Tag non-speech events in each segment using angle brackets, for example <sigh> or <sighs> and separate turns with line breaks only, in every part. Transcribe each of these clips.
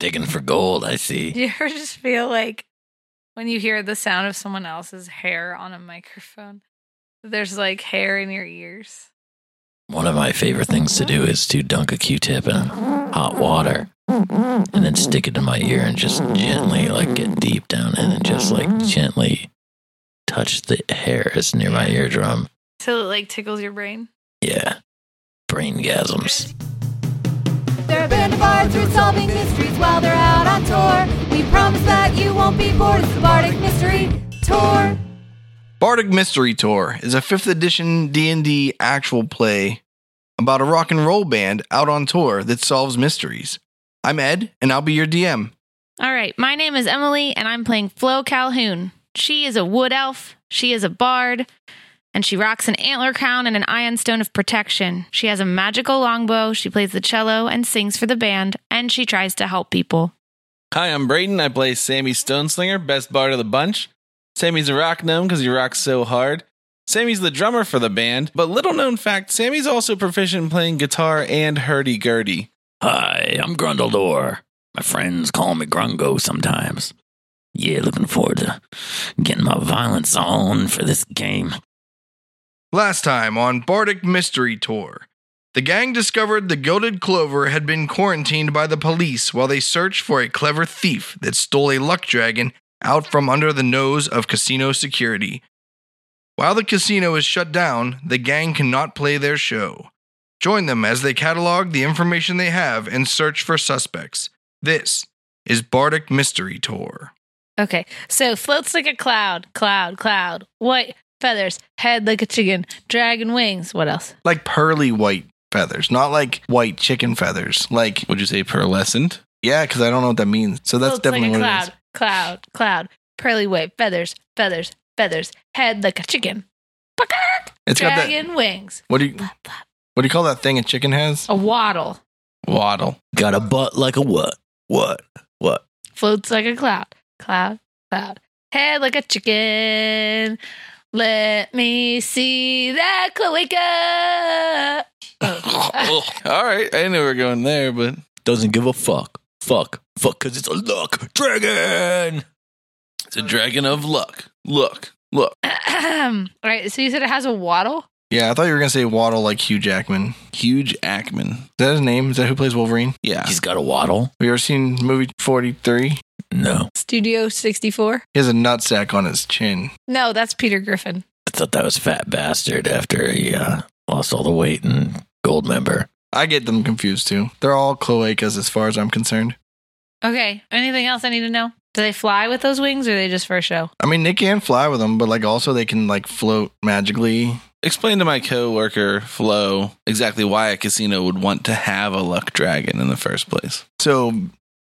Digging for gold, I see.
<laughs>
Do you ever just feel like when you hear the sound of someone else's hair on a microphone, there's like hair in your ears?
One of my favorite things to do is to dunk a Q-tip in hot water and then stick it in my ear and just gently like get deep down in and just like gently touch the hairs near my eardrum.
Till it like tickles your brain.
Yeah. Brain gasms.
There have been bards through solving mysteries while they're out on tour. We promise that you won't be bored. It's the Bardic Mystery Tour.
Bardic Mystery Tour is a 5th edition D&D actual play about a rock and roll band out on tour that solves mysteries. I'm Ed and I'll be your DM.
All right, my name is Emily, and I'm playing Flo Calhoun. She is a wood elf, she is a bard, and she rocks an antler crown and an iron stone of protection. She has a magical longbow, she plays the cello and sings for the band, and she tries to help people.
Hi, I'm Braden. I play Sammy Stoneslinger, best bard of the bunch. Sammy's a rock gnome because he rocks so hard. Sammy's the drummer for the band, but little known fact, Sammy's also proficient in playing guitar and hurdy-gurdy.
Hi, I'm Grundledor. My friends call me Grungo sometimes. Yeah, looking forward to getting my violence on for this game.
Last time on Bardic Mystery Tour, the gang discovered the Gilded Clover had been quarantined by the police while they searched for a clever thief that stole a luck dragon out from under the nose of casino security. While the casino is shut down, the gang cannot play their show. Join them as they catalog the information they have and search for suspects. This is Bardic Mystery Tour.
Okay. So floats like a cloud, cloud, cloud, white feathers, head like a chicken, dragon wings. What else?
Like pearly white feathers, not like white chicken feathers. Like,
Would you say pearlescent?
yeah, because I don't know what that means. So that's
floats
definitely
like a
what
cloud,
it is.
cloud, cloud, pearly white feathers, feathers, feathers, head like a chicken. Pakak!
It's got that.
dragon wings.
What do you what do you call that thing a chicken has?
A waddle
Waddle.
Got a butt like a what? What? What?
floats like a cloud, cloud, cloud, head like a chicken. Let me see that cloaca. Oh.
<laughs>
All right, I knew we were going there, but
Doesn't give a fuck. Fuck. Fuck, because it's a luck dragon.
it's a dragon of luck. Look, look.
<coughs> All right. So you said it has a waddle.
Yeah, I thought you were gonna say waddle like Hugh Jackman. Is
Huge Ackman.
that his name? Is that who plays Wolverine?
Yeah.
He's got a waddle?
Have you ever seen movie forty three? He
No.
Studio 64?
has a nutsack on his chin.
No, that's Peter Griffin.
I thought that was Fat Bastard after he uh, lost all the weight and gold member.
I get them confused too. They're all cloacas as far as I'm concerned.
Okay. Anything else I need to know? Do they fly with those wings or are they just for show?
I mean, they can fly with them, but like also they can like float magically.
Explain to my coworker, Flo, exactly why a casino would want to have a luck dragon in the first place.
So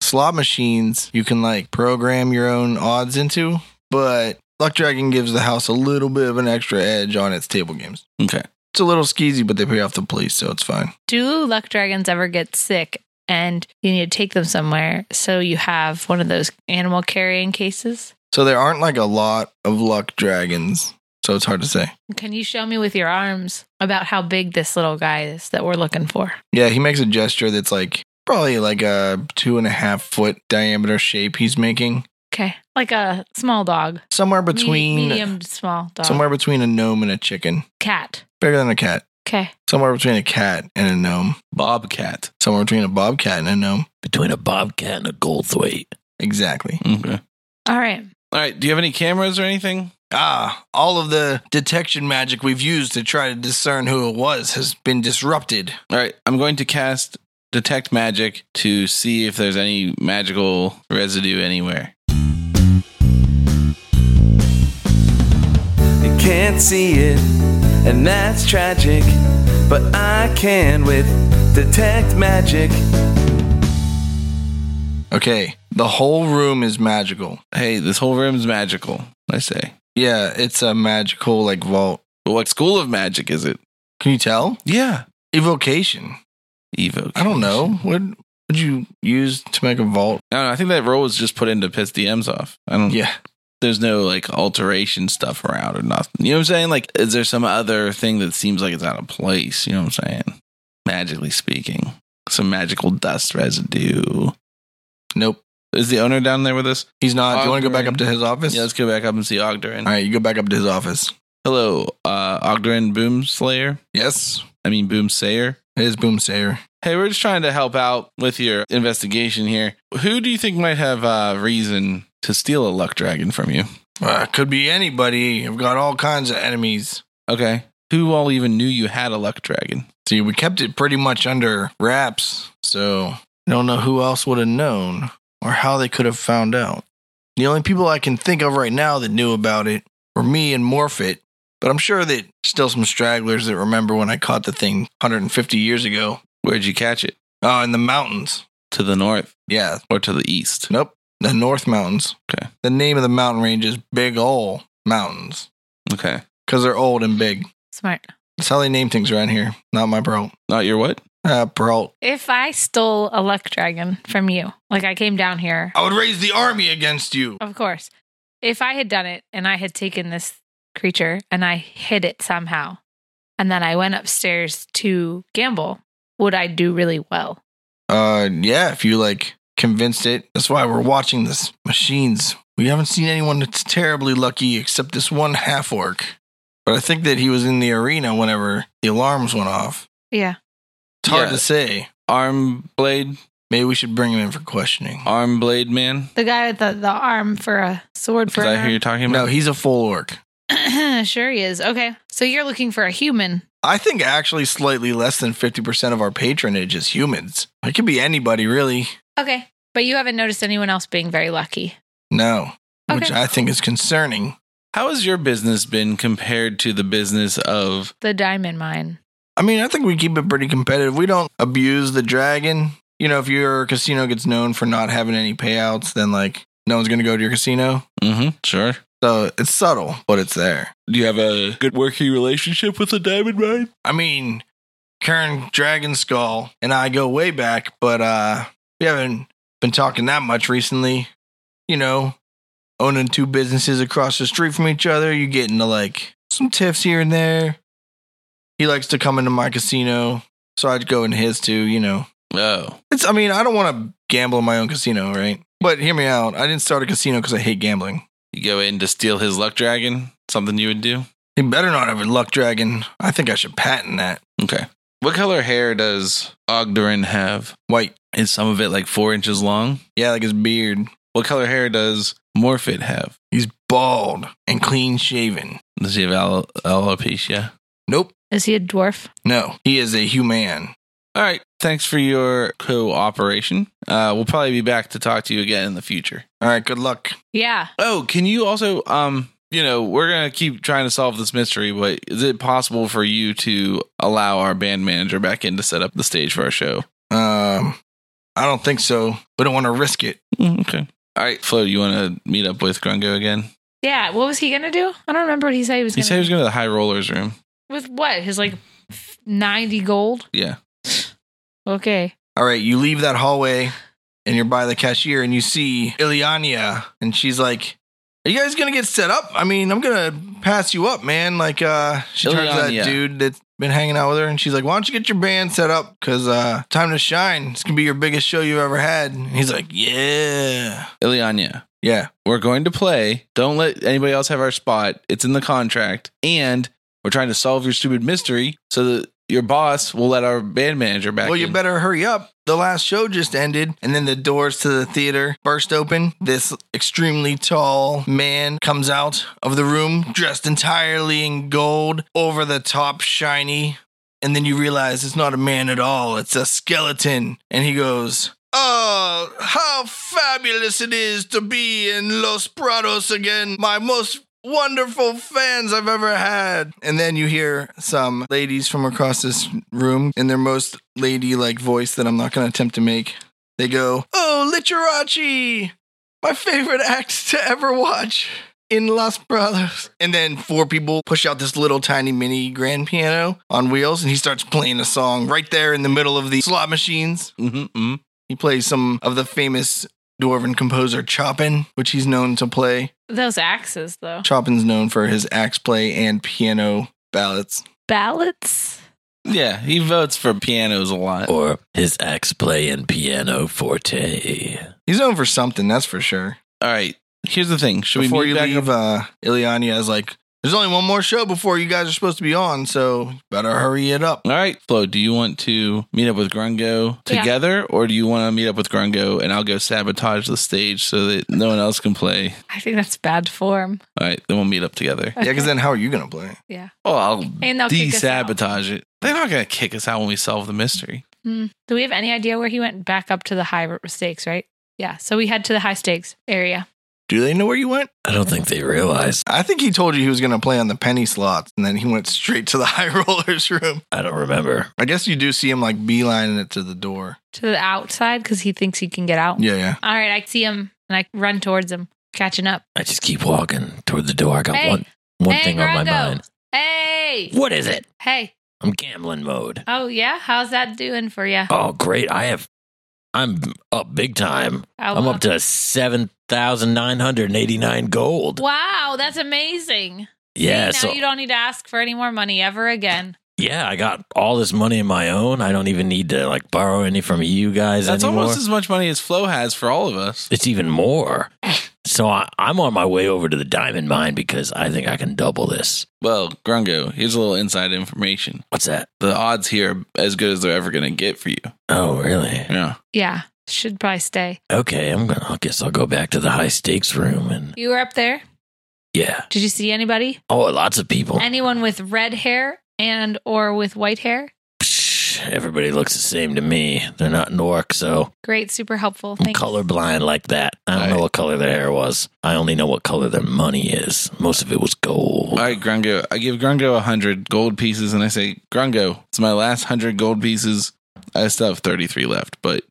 slot machines you can like program your own odds into, but Luck Dragon gives the house a little bit of an extra edge on its table games.
Okay.
It's a little skeezy, but they pay off the police, so it's fine.
Do luck dragons ever get sick and you need to take them somewhere? So you have one of those animal carrying cases?
So there aren't like a lot of luck dragons, so it's hard to say.
Can you show me with your arms about how big this little guy is that we're looking for?
Yeah, he makes a gesture that's like probably like a two and a half foot diameter shape he's making.
Okay. Like a small dog.
Somewhere
Me-
between
medium to small dog.
somewhere between a gnome and a chicken.
cat.
Bigger than a cat.
Okay.
Somewhere between a cat and a gnome.
Bobcat.
Somewhere between a bobcat and a gnome.
between a bobcat and a goldthwait.
Exactly.
Okay.
All right.
All right. Do you have any cameras or anything?
Ah, all of the detection magic we've used to try to discern who it was has been disrupted.
All right. I'm going to cast Detect Magic to see if there's any magical residue anywhere.
You can't see it, and that's tragic. But I can with Detect Magic.
Okay, the whole room is magical.
Hey, this whole room's magical, I say.
Yeah, it's a magical like vault.
But what school of magic is it?
Can you tell?
Yeah.
Evocation.
Evoke.
I don't know. What would you use to make a vault?
I, don't know. I think that roll was just put in to piss DMs off. I don't.
Yeah.
There's no like alteration stuff around or nothing. You know what I'm saying? Like, is there some other thing that seems like it's out of place? You know what I'm saying? Magically speaking, some magical dust residue. Nope. Is the owner down there with us?
He's not. Do you want to go back
Ogden.
up to his office?
Yeah, let's go back up and see Ogdurin.
All right, you go back up to his office.
Hello, uh, Ogdurin Boomslayer.
Yes,
I mean Boomsayer.
it is Boomsayer.
Hey, we're just trying to help out with your investigation here. Who do you think might have uh, reason to steal a luck dragon from you?
Uh, could be anybody. I've got all kinds of enemies.
Okay. Who all even knew you had a luck dragon?
See, we kept it pretty much under wraps, so I don't know who else would have known or how they could have found out. The only people I can think of right now that knew about it were me and Morphit, but I'm sure that still some stragglers that remember when I caught the thing 150 years ago.
Where'd you catch it?
Oh, in the mountains.
To the north
Yeah.
or to the east?
Nope. The North Mountains.
Okay.
The name of the mountain range is Big Ol' Mountains
Okay.
because they're old and big.
Smart.
That's how they name things around here. Not my bro.
Not your what?
Uh, bro.
If I stole a luck dragon from you, like I came down here,
I would raise the army against you.
of course, if I had done it and I had taken this creature and I hid it somehow, and then I went upstairs to gamble, would I do really well?
Uh, yeah, if you like convinced it. That's why we're watching this. Machines. We haven't seen anyone that's terribly lucky except this one half orc. But I think that he was in the arena whenever the alarms went off.
Yeah.
It's hard
Yeah.
to say.
Arm blade?
Maybe we should bring him in for questioning.
Arm blade man?
The guy with the, the arm for a sword for
Is
an
that who you're talking
No,
about?
he's a full orc.
arm. <clears throat> sure he is. Okay. So you're looking for a human.
I think actually slightly less than 50% of our patronage is humans. It could be anybody, really.
Okay. But you haven't noticed anyone else being very lucky.
No, which
Okay.
I think is concerning.
How has your business been compared to the business of
The diamond mine.
I mean, I think we keep it pretty competitive. We don't abuse the dragon. You know, if your casino gets known for not having any payouts, then like no one's going to go to your casino.
Mm-hmm. Sure.
So it's subtle, but it's there.
Do you have a good working relationship with the diamond mine?
I mean, Kern Dragon Skull and I go way back, but uh we haven't been talking that much recently. You know, owning two businesses across the street from each other, you get into like some tiffs here and there. He likes to come into my casino, so I'd go into his too, you know.
Oh.
It's I mean, I don't want to gamble in my own casino, right? But hear me out. I didn't start a casino because I hate gambling.
You go in to steal his luck dragon? Something you would do?
He better not have a luck dragon. I think I should patent that.
Okay. What color hair does Ogdorin have?
White.
Is some of it like four inches long?
Yeah, like his beard.
What color hair does Morphid have?
He's bald and clean shaven.
Does he have al- alopecia?
Nope.
Is he a dwarf?
No. He is a human.
All right. Thanks for your cooperation. Uh, we'll probably be back to talk to you again in the future.
All right, good luck.
Yeah.
Oh, can you also, um, you know, we're gonna keep trying to solve this mystery, but is it possible for you to allow our band manager back in to set up the stage for our show?
Um I don't think so. We don't want to risk it.
Mm, Okay. All right, Flo, you want to meet up with Grungo again?
Yeah. What was he going to do? I don't remember what he said he was
He
going
said he
to
was
do.
going to the High Rollers room.
With what? His like 90 gold?
Yeah.
Okay.
All right, you leave that hallway and you're by the cashier and you see Iliania and she's like, Are you guys gonna get set up? I mean, I'm gonna pass you up, man. Like uh she turns to
Ileana.
that dude that's been hanging out with her and she's like, Why don't you get your band set up? Cause uh time to shine. It's gonna be your biggest show you've ever had. And he's like, Yeah.
Ileana,
Yeah.
we're going to play. Don't let anybody else have our spot. It's in the contract. And we're trying to solve your stupid mystery so that your boss will let our band manager back
Well,
in.
you better hurry up. The last show just ended, and then the doors to the theater burst open. This extremely tall man comes out of the room, dressed entirely in gold, over the top shiny. And then you realize it's not a man at all, it's a skeleton. And he goes, Oh, how fabulous it is to be in Los Prados again, my most wonderful fans I've ever had. And then you hear some ladies from across this room in their most ladylike voice that I'm not going to attempt to make. They go, Oh, Literace, my favorite act to ever watch in Los Prados. And then four people push out this little tiny mini grand piano on wheels, and he starts playing a song right there in the middle of the slot machines.
Mhm, mhm.
He plays some of the famous dwarven composer Chopin, which he's known to play.
Those axes, though.
Chopin's known for his axe play and piano ballads.
Ballots?
Yeah, he votes for pianos a lot.
or his ex playing piano forte.
He's known for something, that's for sure.
All right, here's the thing. Should
before
we meet
you
back
leave, uh, Ileana is like, "There's only one more show before you guys are supposed to be on, so better hurry it up."
All right, Flo, do you want to meet up with Grungo
Yeah.
together or do you want to meet up with Grungo and I'll go sabotage the stage so that no one else can play?
I think that's bad form.
All right, then we'll meet up together.
Yeah, because then how are you gonna play?
Oh, I'll
And they'll
de
kick us out.
sabotage it. They're not going to kick us out when we solve the mystery.
Hmm. Do we have any idea where he went back up to the high stakes, right? Yeah. So we head to the high stakes area.
Do they know where you went?
I don't think they realize.
I think he told you he was gonna play on the penny slots, and then he went straight to the <laughs> high rollers room.
I don't remember.
I guess you do see him like beelining it to the door.
To the outside because he thinks he can get out.
Yeah, yeah.
All right. I see him and I run towards him, catching up.
I just keep walking toward the door. I got
Hey.
one one
Hey,
thing on my
Grungo.
mind.
Hey.
What is it?
Hey.
I'm gambling mode.
Oh, yeah. How's that doing for you?
Oh, great! I have. I'm up big time. Uh, I'm up to seven thousand nine hundred eighty nine gold.
Wow. That's amazing.
Yeah,
See, now
so
you don't need to ask for any more money ever again.
yeah, I got all this money of my own. I don't even need to like borrow any from you guys
That's
anymore.
almost as much money as Flo has for all of us.
it's even more.
<laughs>
So I, I'm on my way over to the diamond mine because I think I can double this.
Well, Grungo, here's a little inside information.
What's that?
The odds here are as good as they're ever going to get for you.
Oh, really?
Yeah.
Yeah. Should probably stay.
Okay, I'm gonna. I guess I'll go back to the high stakes room and
You were up there.
yeah.
Did you see anybody?
Oh, lots of people.
Anyone with red hair and or with white hair?
Psh, everybody looks the same to me. They're not Nork, so
Great, super helpful.
I'm
Thank you.
colorblind like that. I don't know
Right.
what color their hair was. I only know what color their money is. Most of it was gold.
All right, Grungo, I give Grungo 100 gold pieces and I say, Grungo, it's my last 100 gold pieces. I still have 33 left, but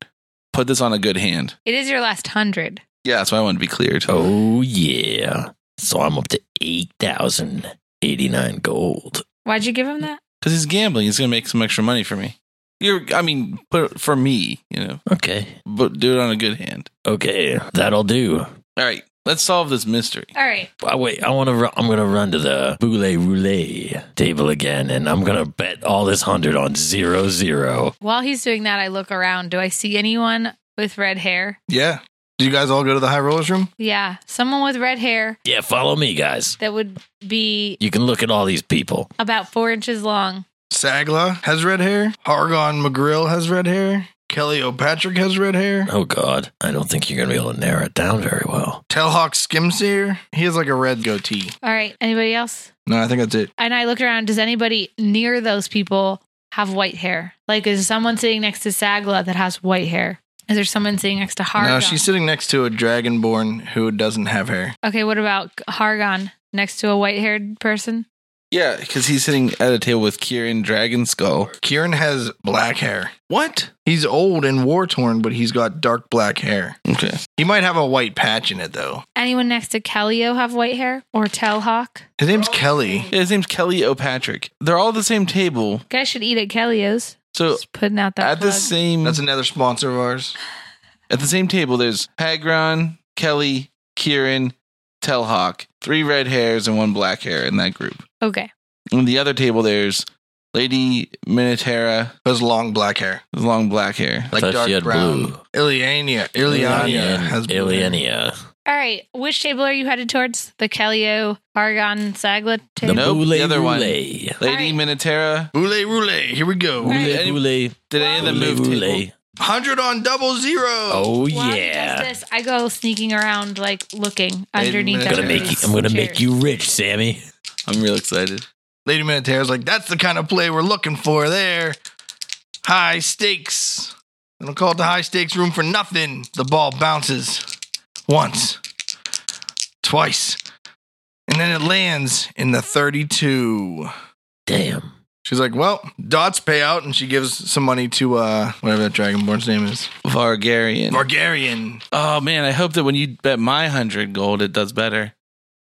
put this on a good hand.
It is your last hundred.
Yeah, that's why I wanted to be clear. too.
Oh yeah. So I'm up to eight thousand eighty nine gold.
Why'd you give him that?
Because he's gambling. He's going to make some extra money for me. You're, I mean, put it for me, you know,
Okay.
but do it on a good hand.
Okay, that'll do.
All right, let's solve this mystery.
All right.
Oh, wait, I want to. Ru- I'm gonna run to the boule roulette table again, and I'm gonna bet all this hundred on zero zero.
While he's doing that, I look around. Do I see anyone with red hair?
Yeah. Did you guys all go to the high rollers room?
Yeah, someone with red hair
Yeah, follow me, guys.
that would be
You can look at all these people.
about four inches long.
Sagla has red hair. Hargon McGrill has red hair. Kelly O'Patrick has red hair.
Oh God, I don't think you're gonna be able to narrow it down very well.
Telhawk Skimseer. He has like a red goatee.
All right. Anybody else?
No, I think that's it.
And I looked around. Does anybody near those people have white hair? Like, is someone sitting next to Sagla that has white hair? Is there someone sitting next to Hargon?
No, she's sitting next to a dragonborn who doesn't have hair.
Okay, what about Hargon next to a white haired person?
Yeah, because he's sitting at a table with Kieran Dragon Skull.
Kieran has black hair.
What?
He's old and war torn, but he's got dark black hair.
Okay.
He might have a white patch in it though.
Anyone next to Callio have white hair? Or Telhawk?
His name's Kelly.
Yeah, his name's Kelly O'Patrick. They're all at the same table.
Guys should eat at Callio's.
So
Just putting out that.
at the
plug.
same
That's another sponsor of ours.
at the same table, there's Hagron, Kelly, Kieran, Telhawk, three red hairs and one black hair in that group.
Okay.
On the other table, there's Lady Minotera,
Has long black hair,
with long black hair.
like
Thought she
dark
had
brown.
blue.
Iliania, Iliania has blue hair.
Iliania.
All right. Which table are you headed towards? The Callio, Hargon, Sagla
The
table?
Nope,
boule
the other one.
roulette.
Lady
All
Minotera,
Boule roulette. Here we go.
Boule,
Right.
boule,
did any of them
boule,
move table?
boule.
Hundred on double zero.
Oh
While he does
yeah.
this, I go sneaking around, like looking underneath.
I'm gonna
minutes.
make you, I'm gonna make you rich, Sammy.
I'm real excited.
Lady Minotera's like, that's the kind of play we're looking for there. High stakes. They don't call it the high stakes room for nothing. The ball bounces once, twice, and then it lands in the 32.
Damn.
She's like, well, dots pay out, and she gives some money to uh whatever that dragonborn's name is.
Vargarian.
Vargarian.
oh man, I hope that when you bet my hundred gold, it does better.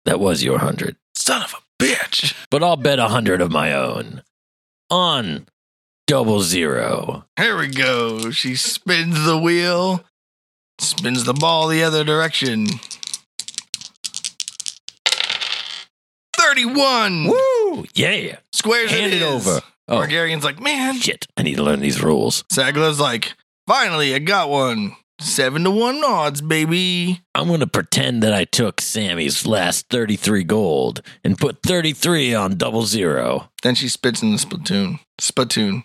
That was your hundred.
Son of a bitch.
But I'll bet a hundred of my own. On double zero.
Here we go. She spins the wheel, spins the ball the other direction. 31.
Woo! Yeah.
Squares
Hand
it
it
is.
over. Oh.
Margarian's like, man.
Shit, I need to learn these rules.
Saglow's like, finally, I got one. Seven to one odds, baby.
I'm going to pretend that I took Sammy's last 33 gold and put 33 on double zero.
Then she spits in the splatoon. Splatoon.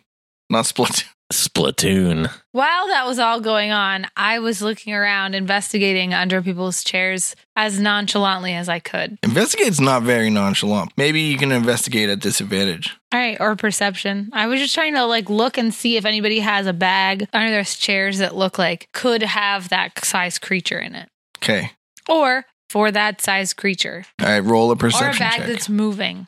Not splatoon. <laughs>
Splatoon.
While that was all going on, I was looking around, investigating under people's chairs as nonchalantly as I could.
Investigate's not very nonchalant. Maybe you can investigate at disadvantage.
All right, or perception. I was just trying to like look and see if anybody has a bag under their chairs that look like could have that size creature in it,
Okay.
or for that size creature,
All right, roll a
or a
perception
bag
check.
that's moving.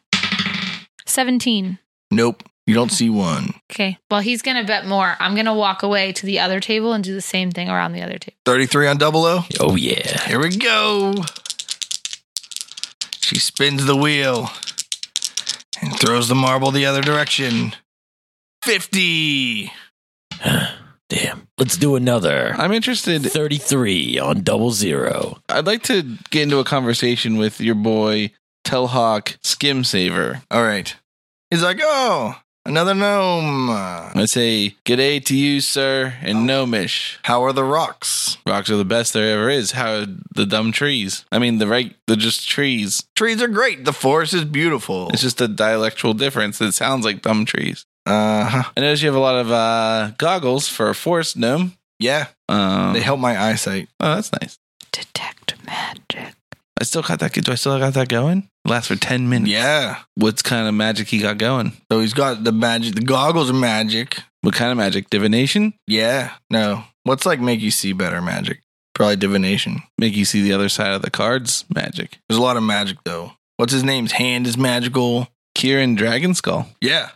Seventeen.
Nope. You don't see one.
Okay. Well, he's gonna bet more. I'm gonna walk away to the other table and do the same thing around the other table.
33 on double O.
Oh, yeah.
Here we go. She spins the wheel and throws the marble the other direction. 50.
Damn. Let's do another.
I'm interested.
33 on double zero.
I'd like to get into a conversation with your boy Telhawk Skim Saver.
All right. He's like, oh, another gnome.
I say, "G'day to you, sir," and gnomish.
How are the rocks?
Rocks are the best there ever is. How are the dumb trees? I mean, the right, they're just trees.
Trees are great. The forest is beautiful.
It's just a dialectal difference. It sounds like dumb trees.
uh huh.
I notice you have a lot of uh, goggles for a forest gnome.
Yeah.
Um,
They help my eyesight.
oh, that's nice.
Detect magic.
I still got that. Do I still got that going? Lasts for ten minutes.
Yeah.
What's kind of magic he got going?
So he's got the magic. The goggles are magic.
What kind of magic? Divination?
Yeah. No. What's like make you see better magic? Probably divination.
Make you see the other side of the cards? Magic.
There's a lot of magic though. What's his name's hand is magical.
Kieran Dragon Skull.
Yeah.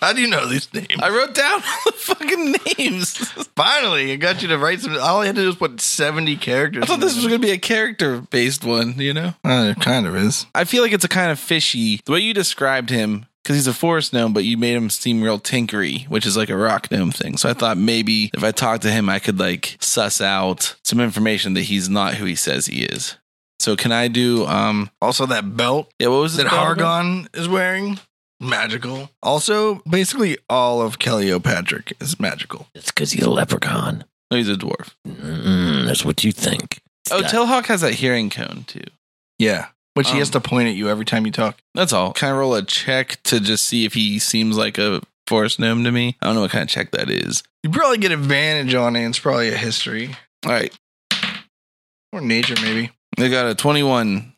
How do you know these names?
I wrote down <laughs> all the fucking names.
Finally, I got you to write some. All I had to do was put 70 characters.
I thought
in
this was
there.
going to be a character based one, you know?
Uh, it kind of is.
I feel like it's a kind of fishy. The way you described him, because he's a forest gnome, but you made him seem real tinkery, which is like a rock gnome thing. So I thought maybe if I talked to him, I could like suss out some information that he's not who he says he is. So can I do, um,
Also, that belt
yeah, what was it?
that Hargon is wearing, magical. Also, basically all of Kellyopatrick is magical.
It's because he's a leprechaun.
No, he's a dwarf.
Mm, that's what you think.
Oh,
That-
Telhawk has that hearing cone too.
Yeah. Which he
Um,
has to point at you every time you talk.
That's all. Can I roll a check to just see if he seems like a forest gnome to me? I don't know what kind of check that is.
You probably get advantage on it. It's probably a history
All right.
or nature, maybe.
They got a 21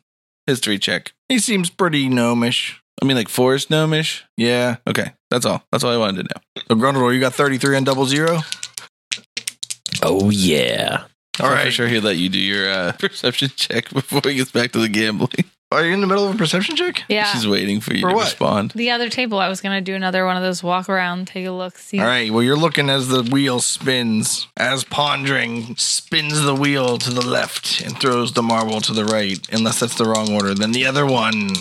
history check.
He seems pretty gnomish.
I mean, like forest gnomish.
Yeah.
Okay, that's all. That's all I wanted to know.
So Grundle, you got 33 on double zero?
Oh, yeah.
All
I'm
right.
for sure he'd let you do your uh, <laughs> perception check before he gets back to the gambling.
Are you in the middle of a perception check?
Yeah.
She's waiting for you
For
to
what?
respond.
the other table. I was gonna do another one of those walk around, take a look, see.
All right. Well, you're looking as the wheel spins, as Pondering spins the wheel to the left and throws the marble to the right, unless that's the wrong order. Then the other one.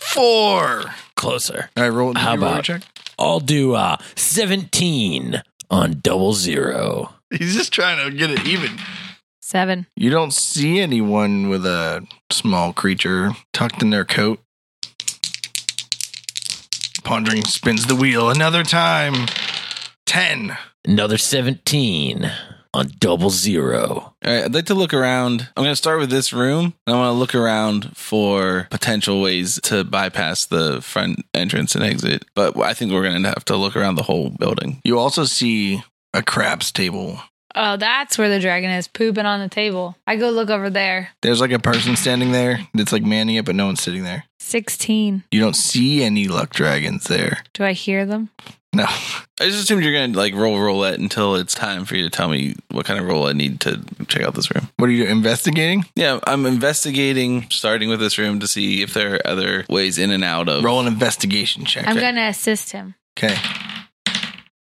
Four. All
Closer.
right. Roll.
How
you roll your
about-
check? <laughs>
I'll do uh, 17 on double zero.
He's just trying to get it even.
Seven.
You don't see anyone with a small creature tucked in their coat. Pondering spins the wheel another time. Ten.
Another 17 on double zero.
All right, I'd like to look around. I'm going to start with this room. And I want to look around for potential ways to bypass the front entrance and exit. But I think we're going to have to look around the whole building.
You also see a craps table.
Oh, that's where the dragon is pooping on the table. I go look over there.
There's like a person standing there that's like manning it, but no one's sitting there.
Sixteen.
You don't see any luck dragons there.
Do I hear them?
No. <laughs>
I just assumed you're going to like roll roulette until it's time for you to tell me what kind of roll I need to check out this room.
What are you investigating?
Yeah, I'm investigating, starting with this room to see if there are other ways in and out of.
Roll an investigation check.
I'm gonna assist him.
Okay.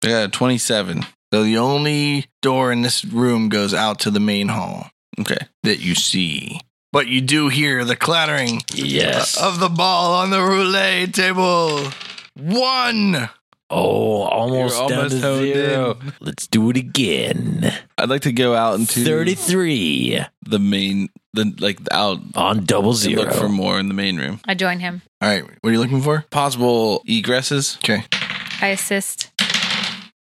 Yeah, 27.
So the only door in this room goes out to the main hall
Okay.
that you see. But you do hear the clattering
Yes.
Uh,
of the ball on the roulette table. One.
Oh, almost
You're
down
almost
to
honed
zero.
in.
Let's do it again.
I'd like to go out into
33
the main, the like out
on double
and
zero.
look for more in the main room.
I join him.
All right. What are you looking for?
Possible egresses.
Okay.
I assist.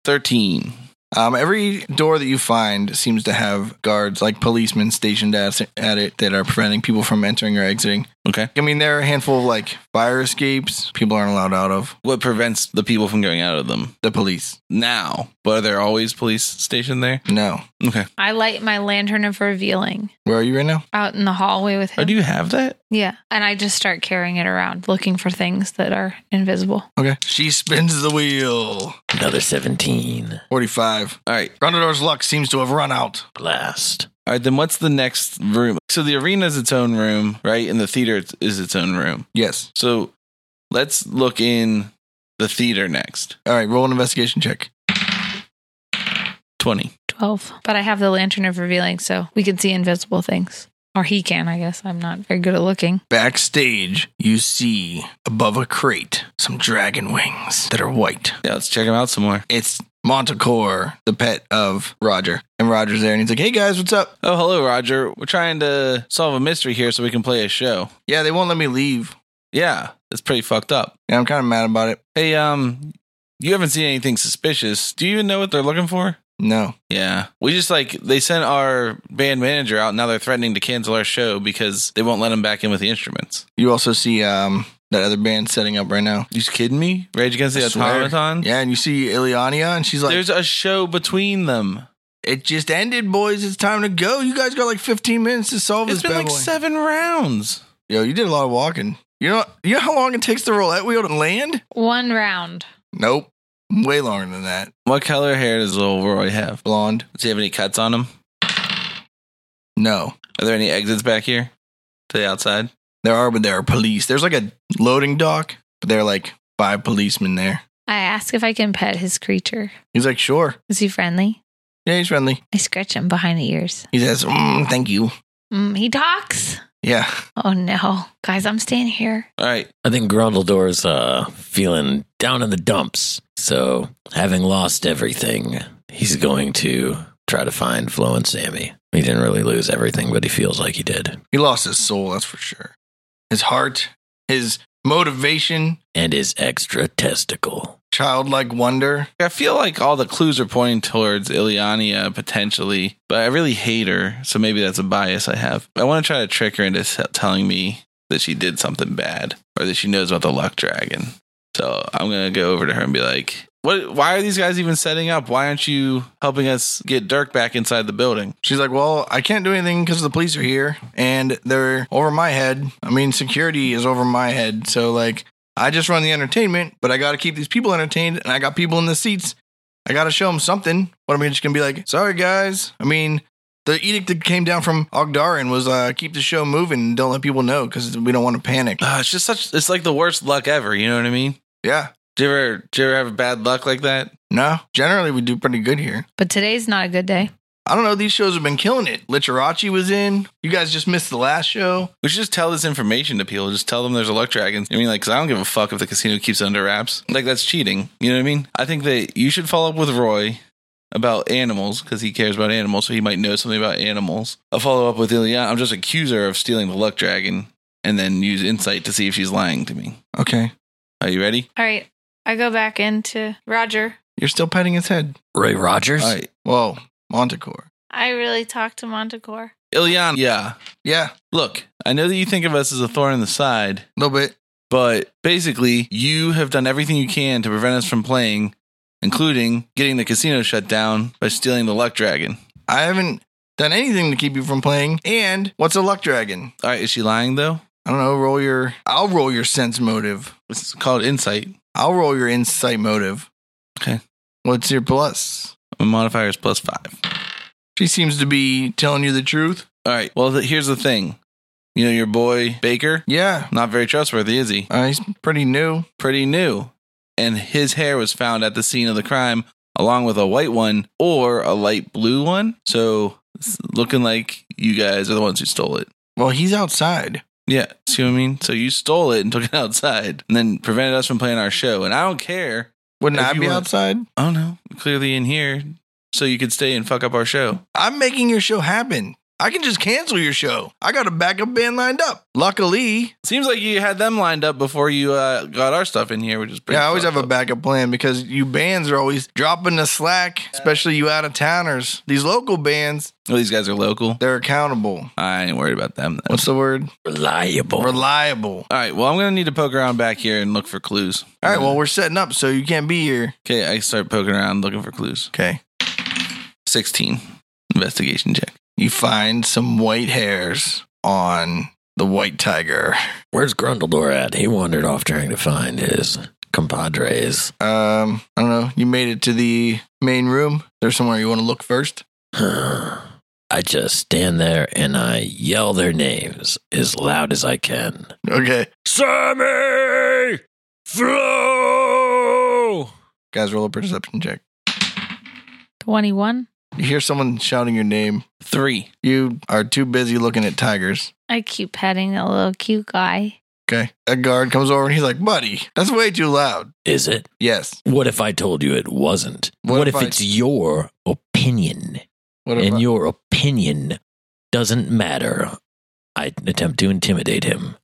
Thirteen.
Um, every door that you find seems to have guards, like policemen stationed at, at it, that are preventing people from entering or exiting.
Okay.
I mean, there are a handful of like fire escapes people aren't allowed out of.
What prevents the people from going out of them
The police.
now? But are there always police stationed there?
No.
Okay.
I light my lantern of revealing
Where are you right now?
out in the hallway with
Oh,
him.
do you have that?
yeah. And I just start carrying it around, looking for things that are invisible.
Okay. She spins the wheel.
Another 17.
45.
All right.
Grundador's luck seems to have run out.
Last.
All right. Then what's the next room? So the arena is its own room, right? And the theater is its own room.
Yes.
So let's look in the theater next.
All right. Roll an investigation check.
20.
12. But I have the lantern of revealing, so we can see invisible things. Or he can, I guess. I'm not very good at looking.
Backstage, you see above a crate some dragon wings that are white.
Yeah, let's check them out some more.
It's Montecore, the pet of Roger. And Roger's there and he's like, hey guys, what's up?
Oh, hello, Roger. We're trying to solve a mystery here so we can play a show.
Yeah, they won't let me leave.
Yeah, it's pretty fucked up.
Yeah, I'm kind of mad about it.
Hey, um, you haven't seen anything suspicious. Do you even know what they're looking for?
No.
Yeah. We just like, they sent our band manager out. Now they're threatening to cancel our show because they won't let him back in with the instruments.
You also see um, that other band setting up right now.
You kidding me? Rage Against the
I swear.
Automaton?
Yeah, and you see Ileania and she's like,
There's a show between them.
it just ended, boys. It's time to go. You guys got like 15 minutes to solve this
It's been
bad
like
boy."
seven rounds.
Yo, you did a lot of walking. You know, you know how long it takes to roll that wheel to land?
One round.
Nope. Way longer than that.
What color hair does little Roy have?
Blonde?
Does he have any cuts on him?
No.
Are there any exits back here to the outside?
There are, but there are police. There's like a loading dock, but there are like five policemen there.
I ask if I can pet his creature.
He's like, sure.
Is he friendly?
Yeah, he's friendly.
I scratch him behind the ears.
He says, mm, thank you.
Mm, he talks.
Yeah.
Oh no. Guys, I'm staying here.
All right.
I think Grundledor's uh, feeling down in the dumps. So, having lost everything, he's going to try to find Flo and Sammy. He didn't really lose everything, but he feels like he did.
He lost his soul, that's for sure. His heart, his motivation,
And his extra testicle.
childlike wonder.
I feel like all the clues are pointing towards Ileania potentially, but I really hate her, so maybe that's a bias I have. I want to try to trick her into s- telling me that she did something bad or that she knows about the luck dragon. So I'm gonna go over to her and be like, "What? Why are these guys even setting up? Why aren't you helping us get Dirk back inside the building?"
She's like, well, I can't do anything because the police are here and they're over my head. I mean, security is over my head. So, like, I just run the entertainment, but I got to keep these people entertained and I got people in the seats. I got to show them something. What am I just going to be like, sorry, guys? I mean, the edict that came down from Ogdarin was uh, keep the show moving and don't let people know because we don't want to panic.
Uh, it's just such. It's like the worst luck ever. You know what I mean?
Yeah.
Do you ever do you ever have bad luck like that?
No, generally, we do pretty good here.
But today's not a good day.
I don't know. These shows have been killing it. Literachi was in. You guys just missed the last show.
We should just tell this information to people. Just tell them there's a luck dragon. I mean, like, 'cause I don't give a fuck if the casino keeps it under wraps. Like, that's cheating. You know what I mean? I think that you should follow up with Roy about animals because he cares about animals, so he might know something about animals. I'll follow up with Ileana. I'm just accuse her of stealing the luck dragon and then use insight to see if she's lying to me.
Okay.
Are you ready?
All right. I go back into Roger.
You're still petting his head.
Ray Rogers?
All right.
Whoa, Montecore.
I really talked to Montecore.
Ileana, yeah.
Yeah,
Look, I know that you think of us as a thorn in the side,
a little bit.
But basically, you have done everything you can to prevent us from playing, including getting the casino shut down by stealing the luck dragon.
I haven't done anything to keep you from playing. And what's a luck dragon?
All right, is she lying though?
I don't know. Roll your. I'll roll your sense motive.
It's called insight.
I'll roll your insight motive.
Okay.
What's your plus?
My modifier is plus five.
She seems to be telling you the truth.
All right. Well, th- here's the thing. You know your boy Baker.
Yeah.
Not very trustworthy, is he?
Uh, he's pretty new.
Pretty new, and his hair was found at the scene of the crime, along with a white one or a light blue one. So, it's looking like you guys are the ones who stole it.
Well, he's outside.
Yeah, <laughs> see what I mean? So you stole it and took it outside and then prevented us from playing our show. And I don't care
Wouldn't
If
I
you
be
want-
outside?
Oh no, clearly in here, so you could stay and fuck up our show.
I'm making your show happen. I can just cancel your show. I got a backup band lined up. Luckily,
Seems like you had them lined up before you uh, got our stuff in here, which is pretty.
yeah, I always
fucked
have a
up.
backup plan because you bands are always dropping the slack, especially you out of towners. These local bands,
Well, these guys are local.
they're accountable.
I ain't worried about them. Then.
What's the word?
Reliable.
Reliable.
All right. Well, I'm gonna need to poke around back here and look for clues.
All right, well, we're setting up, so you can't be here.
okay. I start poking around looking for clues.
Okay.
Sixteen investigation check.
You find some white hairs on the white tiger.
Where's Grundledor at? He wandered off trying to find his compadres. <sighs>
Um, I don't know. You made it to the main room. There's somewhere you want to look first.
I just stand there and I yell their names as loud as I can.
Okay.
Sammy! Flo!
Guys, roll a perception check.
21.
You hear someone shouting your name.
Three.
You are too busy looking at tigers.
I keep petting a little cute guy.
Okay. A guard comes over and he's like, buddy, that's way too loud.
Is it?
Yes.
What if I told you it wasn't?
What
What,
if
if,
I-
it's your opinion?
What
and
about-
your opinion doesn't matter. I attempt to intimidate him.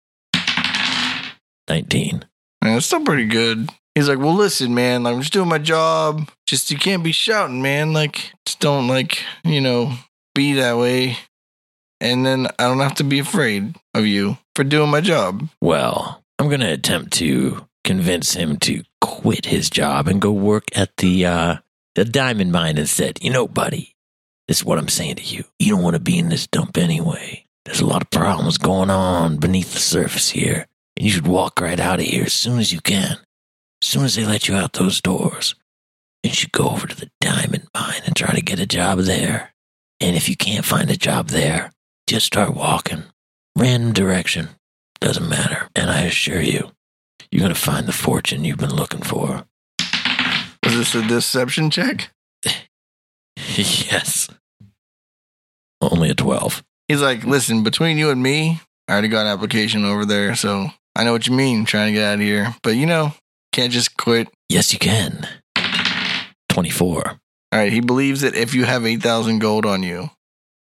19.
Man, it's still pretty good. He's like, well, listen, man, like, I'm just doing my job. Just, you can't be shouting, man. Like, just don't, like, you know, be that way. And then I don't have to be afraid of you for doing my job.
Well, I'm going to attempt to convince him to quit his job and go work at the uh, the diamond mine instead. You know, buddy, this is what I'm saying to you. You don't want to be in this dump anyway. There's a lot of problems going on beneath the surface here. And you should walk right out of here as soon as you can. As soon as they let you out those doors. You should go over to the diamond mine and try to get a job there. And if you can't find a job there, just start walking. Random direction. Doesn't matter. And I assure you, you're going to find the fortune you've been looking for. <laughs>
Is this a deception check?
yes. Only a 12.
He's like, listen, between you and me, I already got an application over there. So I know what you mean trying to get out of here. But, you know, can't just quit.
Yes, you can. 24.
All right, he believes that if you have 8,000 gold on you,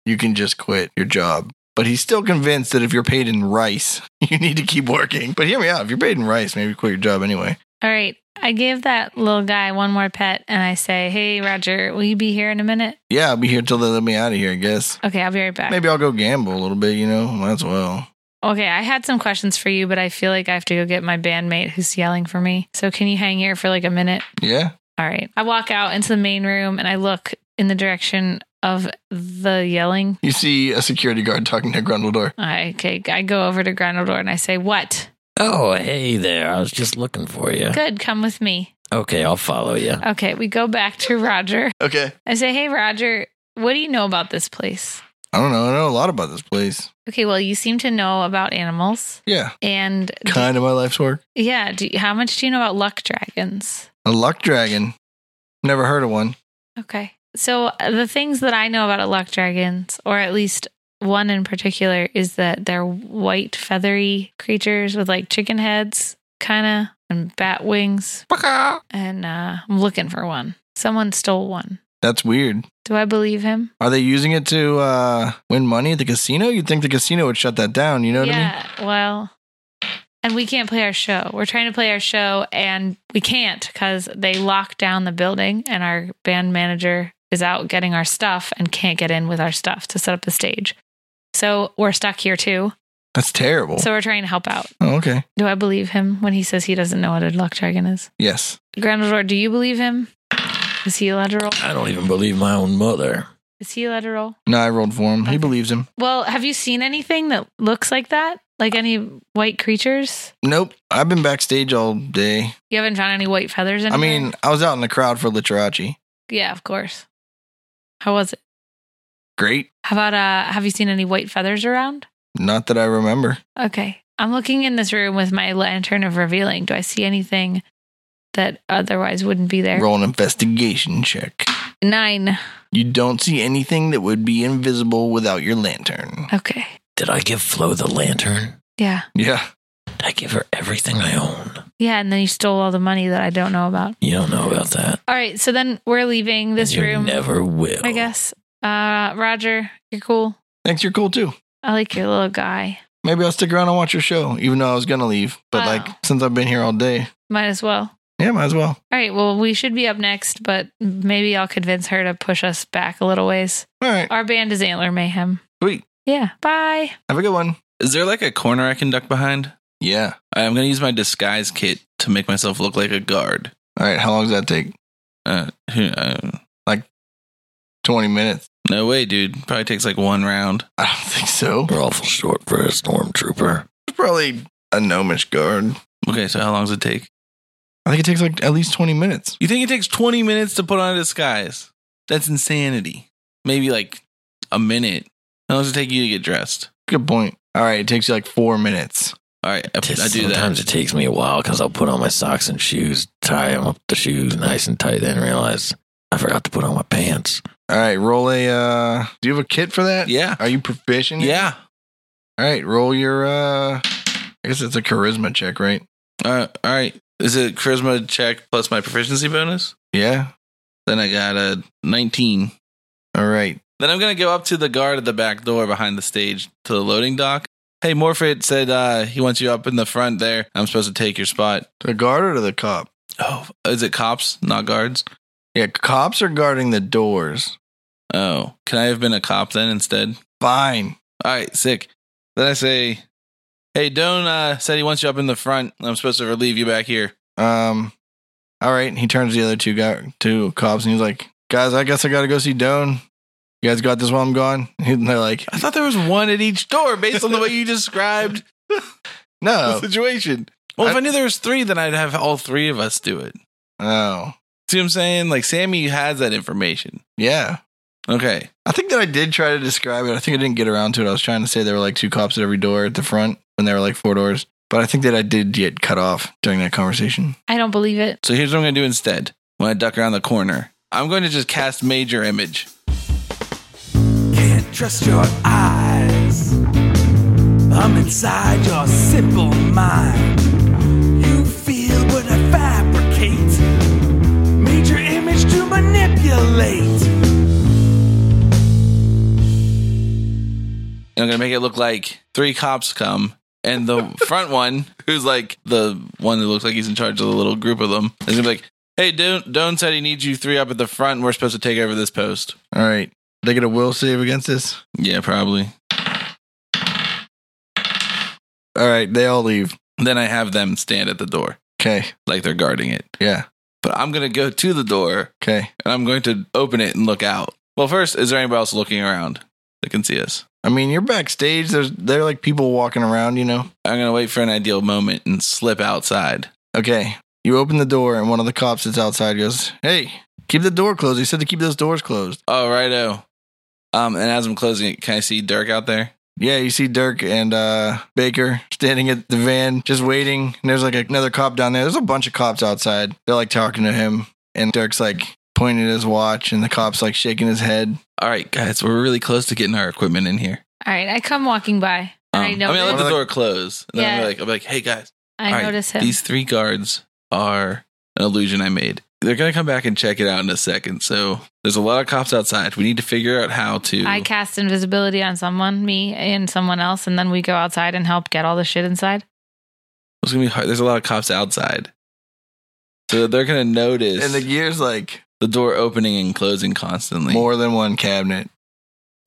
you can just quit your job. But he's still convinced that if you're paid in rice, <laughs> you need to keep working. But hear me out. If you're paid in rice, maybe quit your job anyway.
All right. I give that little guy one more pet and I say, Hey, Roger, will you be here in a minute?
Yeah, I'll be here till they let me out of here, I guess.
Okay, I'll be right back.
Maybe I'll go gamble a little bit, you know? Might as well.
Okay, I had some questions for you, but I feel like I have to go get my bandmate who's yelling for me. So can you hang here for like a minute?
Yeah?
All right. I walk out into the main room and I look in the direction of the yelling.
You see a security guard talking to Grundledor.
I, okay, I go over to Granador and I say, What?
Oh, hey there. I was just looking for you.
Good, come with me.
Okay, I'll follow you.
Okay, we go back to <laughs> Roger.
Okay.
I say, Hey, Roger, what do you know about this place?
I don't know. I know a lot about this place.
Okay, well, you seem to know about animals.
Yeah.
And
Kind of my life's work.
yeah, do, how much do you know about luck dragons?
A luck dragon. Never heard of one.
Okay. So uh, the things that I know about luck dragons, or at least one in particular, is that they're white feathery creatures with like chicken heads, kind of, and bat wings. And uh, I'm looking for one. Someone stole one.
That's weird.
Do I believe him?
Are they using it to uh, win money at the casino? You'd think the casino would shut that down. You know what I mean?
yeah. Well, and we can't play our show. We're trying to play our show, and we can't because they locked down the building, and our band manager is out getting our stuff and can't get in with our stuff to set up the stage. So we're stuck here too.
That's terrible.
So we're trying to help out.
oh, okay.
Do I believe him when he says he doesn't know what a luck dragon is?
Yes.
Granador, do you believe him? Is he allowed to roll?
I don't even believe my own mother.
Is he allowed to roll?
No, I rolled for him. He believes him.
Well, have you seen anything that looks like that? Like any white creatures?
Nope. I've been backstage all day.
You haven't found any white feathers
I
anywhere?
mean, I was out in the crowd for Literace.
Yeah, of course. How was it?
Great.
How about uh have you seen any white feathers around?
Not that I remember.
Okay. I'm looking in this room with my lantern of revealing. Do I see anything that otherwise wouldn't be there?
Roll an investigation check.
Nine.
You don't see anything that would be invisible without your lantern.
Okay.
Did I give Flo the lantern?
Yeah.
Yeah.
Did I give her everything I own?
Yeah, and then you stole all the money that I don't know about.
You don't know about that.
All right, so then we're leaving this
you
room,
never will.
I guess. Uh, Roger, you're cool.
Thanks, you're cool too.
I like your little guy.
Maybe I'll stick around and watch your show, even though I was gonna leave. But
Wow.
like since I've been here all day,
Might as well.
yeah, might as well.
All right, well, we should be up next, but maybe I'll convince her to push us back a little ways.
All right,
Our band is Antler Mayhem.
sweet.
Yeah, bye.
Have a good one.
Is there like a corner I can duck behind?
Yeah.
I'm gonna use my disguise kit to make myself look like a guard.
All right. How long does that take?
Uh, who, uh,
Twenty minutes. <laughs>
no way, dude. Probably takes like one round.
I don't think so.
We're awful short for a stormtrooper.
It's probably a gnomish guard.
Okay, so how long does it take?
I think it takes like at least twenty minutes.
You think it takes 20 minutes to put on a disguise? That's insanity. Maybe like a minute. How long does it take you to get dressed?
Good point. All right, it takes you like four minutes.
All right, I, I do
Just
that.
Sometimes it takes me a while because I'll put on my socks and shoes, tie them up the shoes nice and tight, then realize I forgot to put on my pants.
All right, roll a. uh Do you have a kit for that?
Yeah.
Are you proficient?
Yeah.
All right, roll your. uh I guess it's a charisma check, right?
Uh, all right. Is it charisma check plus my proficiency bonus?
Yeah.
Then I got a 19.
All right.
Then I'm going to go up to the guard at the back door behind the stage to the loading dock. Hey, Morfit said uh, he wants you up in the front there. I'm supposed to take your spot.
The guard or to the cop?
Oh, is it cops, not guards?
Yeah, cops are guarding the doors.
Oh, can I have been a cop then instead?
Fine.
All right, sick. Then I say, "Hey, Don uh, said he wants you up in the front. I'm supposed to relieve you back here."
Um. All right. He turns to the other two guy, two cops, and he's like, "Guys, I guess I gotta go see Doan. You guys got this while I'm gone." <laughs> And they're like,
I thought there was one at each door, based on the way you described
"No,
<laughs>
Oh.
the situation. Well, if I knew there was three, then I'd have all three of us do it.
oh,
See what I'm saying? Like Sammy has that information.
yeah."
Okay,
I think that I did try to describe it. I think I didn't get around to it. I was trying to say there were like two cops at every door at the front when there were like four doors. But I think that I did get cut off during that conversation.
I don't believe it.
so here's what I'm going to do instead. When I duck around the corner, I'm going to just cast Major Image.
Can't trust your eyes. I'm inside your simple mind. You feel what I fabricate. Major image to manipulate.
And I'm gonna make it look like three cops come. And the
<laughs>
front one, who's like the one that looks like he's in charge of the little group of them, is gonna be like, Hey, Don, Don said he needs you three up at the front and we're supposed to take over this post.
All right. They get a will save against this.
Yeah, probably.
All right. They all leave.
Then I have them stand at the door,
Okay.
like they're guarding it.
Yeah.
But I'm gonna go to the door
Okay.
and I'm going to open it and look out. Well, first, is there anybody else looking around that can see us?
I mean, you're backstage. There's they're like people walking around, you know.
I'm gonna wait for an ideal moment and slip outside.
Okay. You open the door and one of the cops that's outside goes, "Hey, keep the door closed." He said to keep those doors closed.
Oh, righto. Um, and as I'm closing it, can I see Dirk out there?
Yeah, you see Dirk and uh, Baker standing at the van, just waiting. And there's like another cop down there. There's a bunch of cops outside. They're like talking to him, and Dirk's like pointing at his watch, and the cop's like shaking his head.
All right, guys, we're really close to getting our equipment in here.
All right, I come walking by. And
Um,
I
I mean, I
notice,
let the door close, and then
Yeah.
I'm like, I'm like, hey guys,
I,
all right,
notice him.
These three guards are an illusion I made. They're gonna come back and check it out in a second. So there's a lot of cops outside. We need to figure out how to.
I cast invisibility on someone, me and someone else, and then we go outside and help get all the shit inside.
it's gonna be hard. There's a lot of cops outside, so they're gonna notice
And the gear's like
the door opening and closing constantly.
more than one cabinet.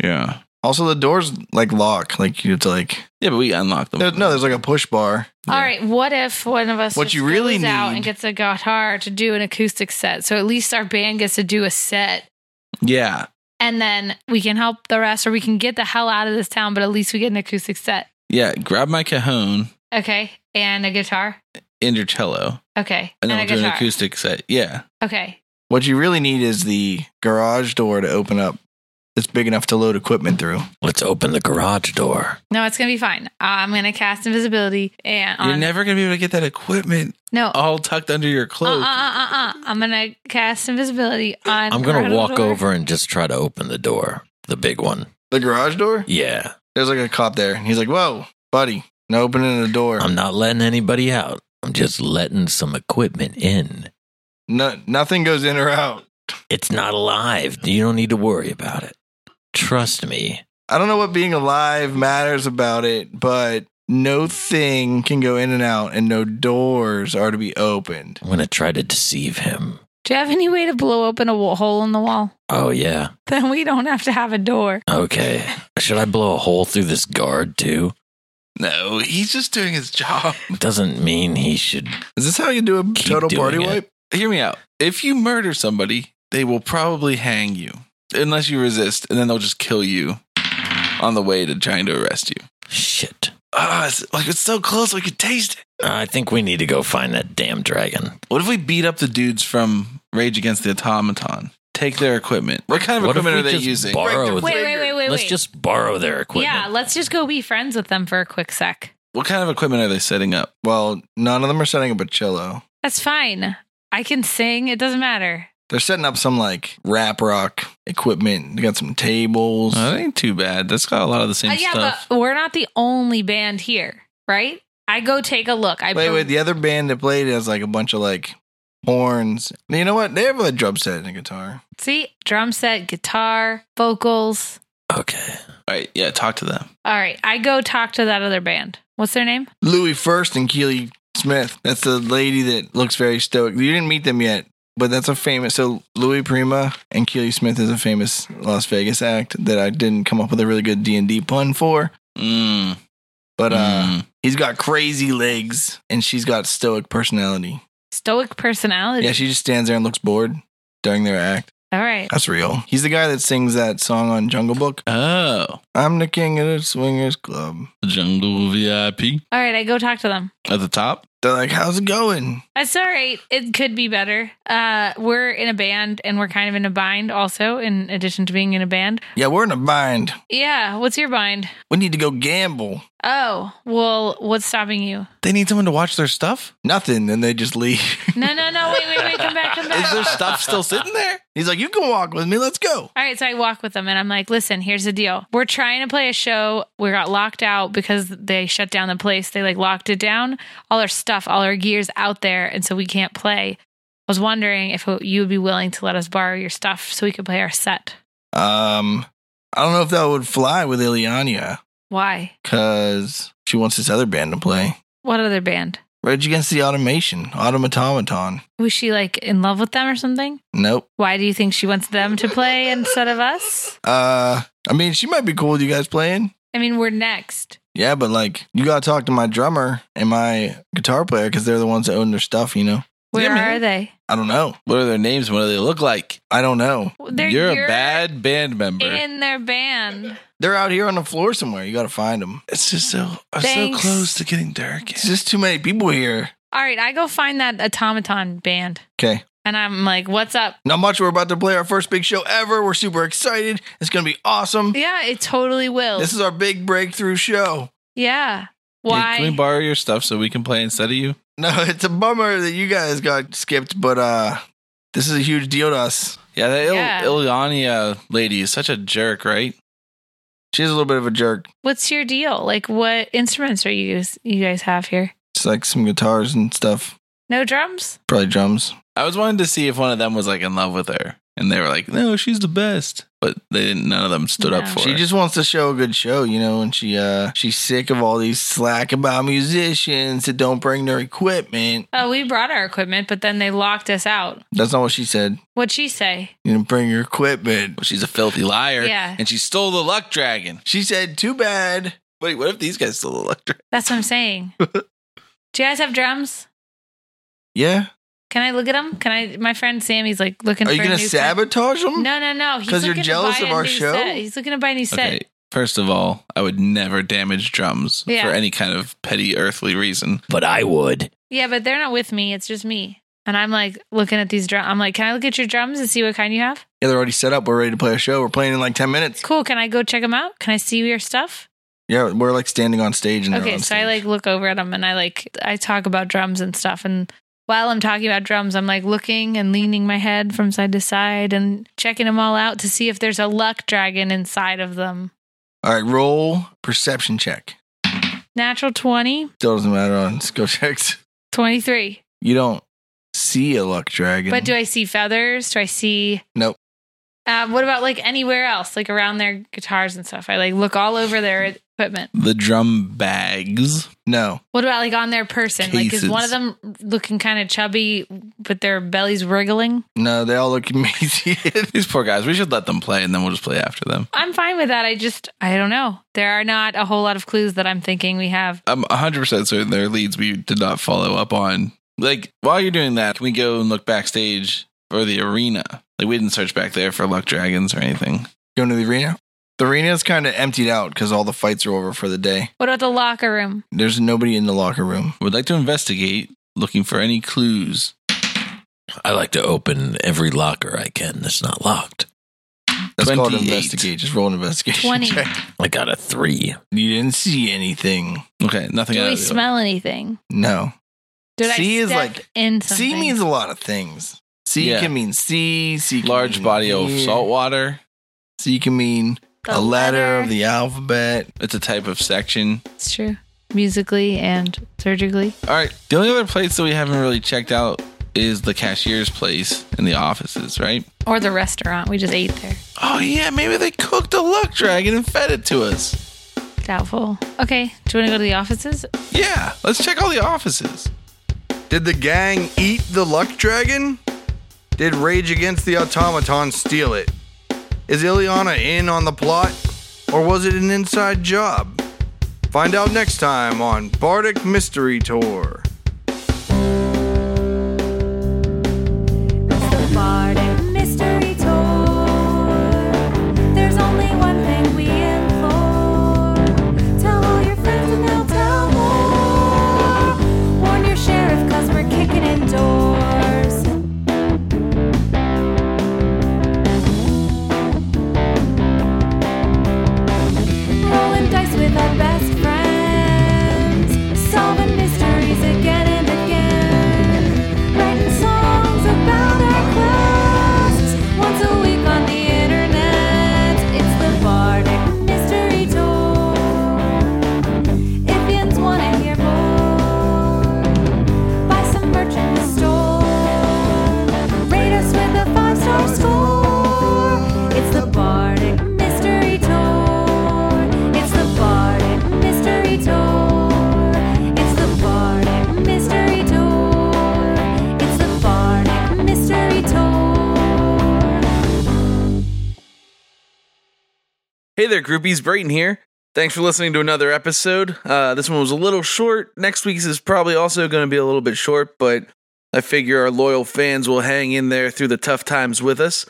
yeah,
Also, the doors like lock. Like you have to like
yeah, but we unlock them.
there, no, there's like a push bar.
All right, what if one of us
What
just
you really
goes out
need-
and gets a guitar to do an acoustic set? So at least our band gets to do a set,
yeah,
and then we can help the rest, or we can get the hell out of this town. But at least we get an acoustic set,
yeah. Grab my cajon
okay, and a guitar,
and your cello,
okay,
and
and,
then
a
we'll do an
guitar,
acoustic set. Yeah.
okay.
What you really need is the garage door to open up. It's big enough to load equipment through.
Let's open the garage door.
No, it's gonna be fine. I'm gonna cast invisibility and
You're
on,
never gonna be able to get that equipment
no.
all tucked under your
uh, uh, uh, uh,
cloak.
uh. I'm gonna cast invisibility on.
I'm going to
Corridor
walk
door.
over and just try to open the door, the big one.
The garage door?
Yeah.
There's like a cop there, and he's like, "Whoa, buddy, no opening the door."
I'm not letting anybody out. I'm just letting some equipment in.
No, nothing goes in or out.
It's not alive. You don't need to worry about it. Trust me.
I don't know what being alive matters about it, but no thing can go in and out, and no doors are to be opened.
I'm going to try to deceive him.
Do you have any way to blow open a wa- hole in the wall? <laughs>
Oh, yeah.
Then we don't have to have a door.
Okay. Should I blow a hole through this guard, too?
No, he's just doing his job.
Doesn't mean he should.
<laughs> Is this how you do a
Keep
total
doing
party
it.
wipe?
Hear me out. If you murder somebody, they will probably hang you unless you resist, and then they'll just kill you on the way to trying to arrest you.
Shit.
Ah, it's, like it's so close, we could taste it.
I think we need to go find that damn dragon.
What if we beat up the dudes from Rage Against the Automaton? Take their equipment. What kind of
What if
equipment
we
are they
just
using?
Borrow.
Wait, wait, wait, wait,
let's
wait.
just borrow their equipment.
Yeah, let's just go be friends with them for a quick sec.
what kind of equipment are they setting up?
Well, none of them are setting up a cello.
That's fine. I can sing. It doesn't matter.
They're setting up some like rap rock equipment. They got some tables.
Oh, that ain't too bad. That's got a lot of the same
Uh, yeah,
stuff.
but we're not the only band here, right? I go take a look. I
Wait,
bel-
wait, the other band that played has like a bunch of like horns. You know what? They have a drum set and a guitar.
see drum set, guitar, vocals.
Okay.
All right, yeah, talk to them.
All right, I go talk to that other band. What's their name?
Louis First and Keely Smith. That's the lady that looks very stoic. You didn't meet them yet, but that's a famous. So Louis Prima and Keely Smith is a famous Las Vegas act that I didn't come up with a really good D and D pun for.
Mm,
But uh,
mm.
he's got crazy legs and she's got stoic personality.
Stoic personality.
Yeah, she just stands there and looks bored during their act.
All right.
That's real. He's the guy that sings that song on Jungle Book.
oh,
I'm the king of the swingers club.
the Jungle VIP
All right, I go talk to them.
at the top.
They're like, how's it going?
That's all right. It could be better. Uh, we're in a band and we're kind of in a bind also, in addition to being in a band.
Yeah, we're in a bind.
Yeah, what's your bind?
We need to go gamble.
Oh, well, what's stopping you?
They need someone to watch their stuff.
Nothing. Then they just leave.
No, no, no, wait, wait, wait, come back,
<laughs>
come
<laughs> Is
back.
their stuff still sitting there?
He's like, you can walk with me. Let's go.
All right, so I walk with them and I'm like, listen, here's the deal. We're trying to play a show. We got locked out because they shut down the place. They like locked it down. All our stuff, all our gear's out there. And so we can't play. I was wondering if you would be willing to let us borrow your stuff so we could play our set.
Um, I don't know if that would fly with Ileana
Why?
because she wants this other band to play.
What other band?
Rage Against the Automation, Automaton.
Was she like in love with them or something?
Nope.
Why do you think she wants them to play instead of us?
Uh, I mean, she might be cool with you guys playing.
I mean, we're next.
Yeah, but like you gotta talk to my drummer and my guitar player because they're the ones that own their stuff. You know,
Where
Yeah, man.
are they?
I don't know.
What are their names? What do they look like?
I don't know.
They're
you're,
your-
a bad band member.
in their band.
They're out here on the floor somewhere. You gotta find them.
it's just so I'm
Thanks.
so close to getting Derek.
It's
in.
just too many people here.
All right, I go find that automaton band.
Okay,
And I'm like, what's up?
not much. We're about to play our first big show ever. We're super excited. It's gonna be awesome.
Yeah, it totally will.
This is our big breakthrough show. <laughs>
yeah.
Hey,
Why?
can we borrow your stuff so we can play instead of you?
No, it's a bummer that you guys got skipped, but uh, this is a huge deal to us.
Yeah, that Il-
Yeah.
Ilyania lady is such a jerk, right?
She's a little bit of a jerk.
what's your deal? Like, what instruments are you guys, you guys have here?
It's like some guitars and stuff,
No drums?
probably drums.
I was wanting to see if one of them was like in love with her, and they were like, "No, she's the best," but they didn't. None of them stood up
No.
for
She
her.
just wants to show a good show, you know, and she uh she's sick of all these slack about musicians that don't bring their equipment.
Oh, we brought our equipment, but then they locked us out.
That's not what she said.
What'd she say?
You know, bring your equipment.
she's a filthy liar.
Yeah.
and she stole the luck dragon.
She said, "Too bad."
Wait, what if these guys stole the luck dragon?
That's what I'm
<laughs>
saying. Do you guys have drums?
Yeah.
Can I look at them? Can I? My friend Sammy's like looking.
Are you
for a
gonna
new
sabotage
Set.
them?
No, no, no. He's
'Cause you're
looking to
jealous
buy
of
a
our
new
show?
set. He's looking to buy a new set.
Okay, first of all, I would never damage drums
Yeah.
for any kind of petty earthly reason.
But I would.
Yeah, but they're not with me. It's just me. And I'm like looking at these drums. I'm like, can I look at your drums and see what kind you have?
Yeah, they're already set up. We're ready to play a show. We're playing in like ten minutes.
Cool. Can I go check them out? Can I see your stuff?
Yeah, we're like standing on stage. And they're
Okay.
on
So I
stage.
like look over at them and I like, I talk about drums and stuff. And while I'm talking about drums, I'm like looking and leaning my head from side to side and checking them all out to see if there's a luck dragon inside of them.
All right, roll perception check.
Natural 20.
Still doesn't matter on skill <laughs> checks.
23.
You don't see a luck dragon.
But do I see feathers? Do I see.
Nope.
Uh, what about like anywhere else, like around their guitars and stuff? I like look all over their equipment.
The drum bags. <laughs>
no.
What about like on their person? Like is one of
Cases.
them looking kind of chubby, but their belly's wriggling?
No, they all look <laughs> emaciated.
These poor guys. We should let them play, and then we'll just play after them.
I'm fine with that. I just I don't know. There are not a whole lot of clues that I'm thinking we have.
I'm 100% certain there are leads we did not follow up on. Like, while you're doing that, can we go and look backstage or the arena? Like, we didn't search back there for luck dragons or anything.
Going to the arena? The arena's kind of emptied out because all the fights are over for the day.
What about the locker room?
There's nobody in the locker room.
Would like to investigate, looking for any clues.
I like to open every locker I can that's not locked.
That's called
28.
investigate. Just roll an investigation.
20.
check.
I got a three.
You didn't see anything.
Okay, nothing
Do
out
we
of the-
smell anything?
No.
Did
See
I
is
step
like-
in something?
See means a lot of things. See
Yeah.
can mean sea. sea can
Large
mean
body of
here.
salt water.
Sea can mean
The
a letter,
letter.
of the alphabet.
It's a type of section.
It's true. Musically and surgically.
All right. The only other place that we haven't really checked out is the cashier's place and the offices, right?
Or the restaurant. We just ate there.
Oh, yeah. Maybe they cooked a luck dragon and fed it to us.
Doubtful. Okay. Do you want to go to the offices?
Yeah. Let's check all the offices.
Did the gang eat the luck dragon? Did Rage Against the Automaton steal it? Is Ileana in on the plot? Or was it an inside job? Find out next time on Bardic Mystery Tour.
It's the Bardic Mystery Tour. There's only one thing we aim for. Tell all your friends and they'll tell more. Warn your sheriff cause we're kicking in doors. Rolling dice with our best friends. Solving mysteries again and again. Writing songs about our quests. Once a week on the internet. It's the Bardic Mystery Tour. If yins wanna hear more, buy some merch in the store. Rate us with a five star score. It's the Bardic Mystery Tour. It's the Bardic Mystery Tour. It's the Bardic Mystery Tour. It's the Bardic Mystery Tour.
Hey there, groupies. Brayton here. Thanks for listening to another episode. Uh, this one was a little short. Next week's is probably also going to be a little bit short, but I figure our loyal fans will hang in there through the tough times with us.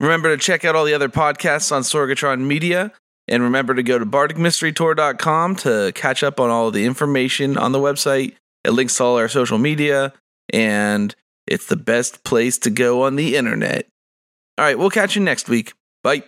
Remember to check out all the other podcasts on Sorgatron Media, and remember to go to bardicmysterytour.com to catch up on all of the information on the website. It links to all our social media, and it's the best place to go on the internet. All right, we'll catch you next week. Bye.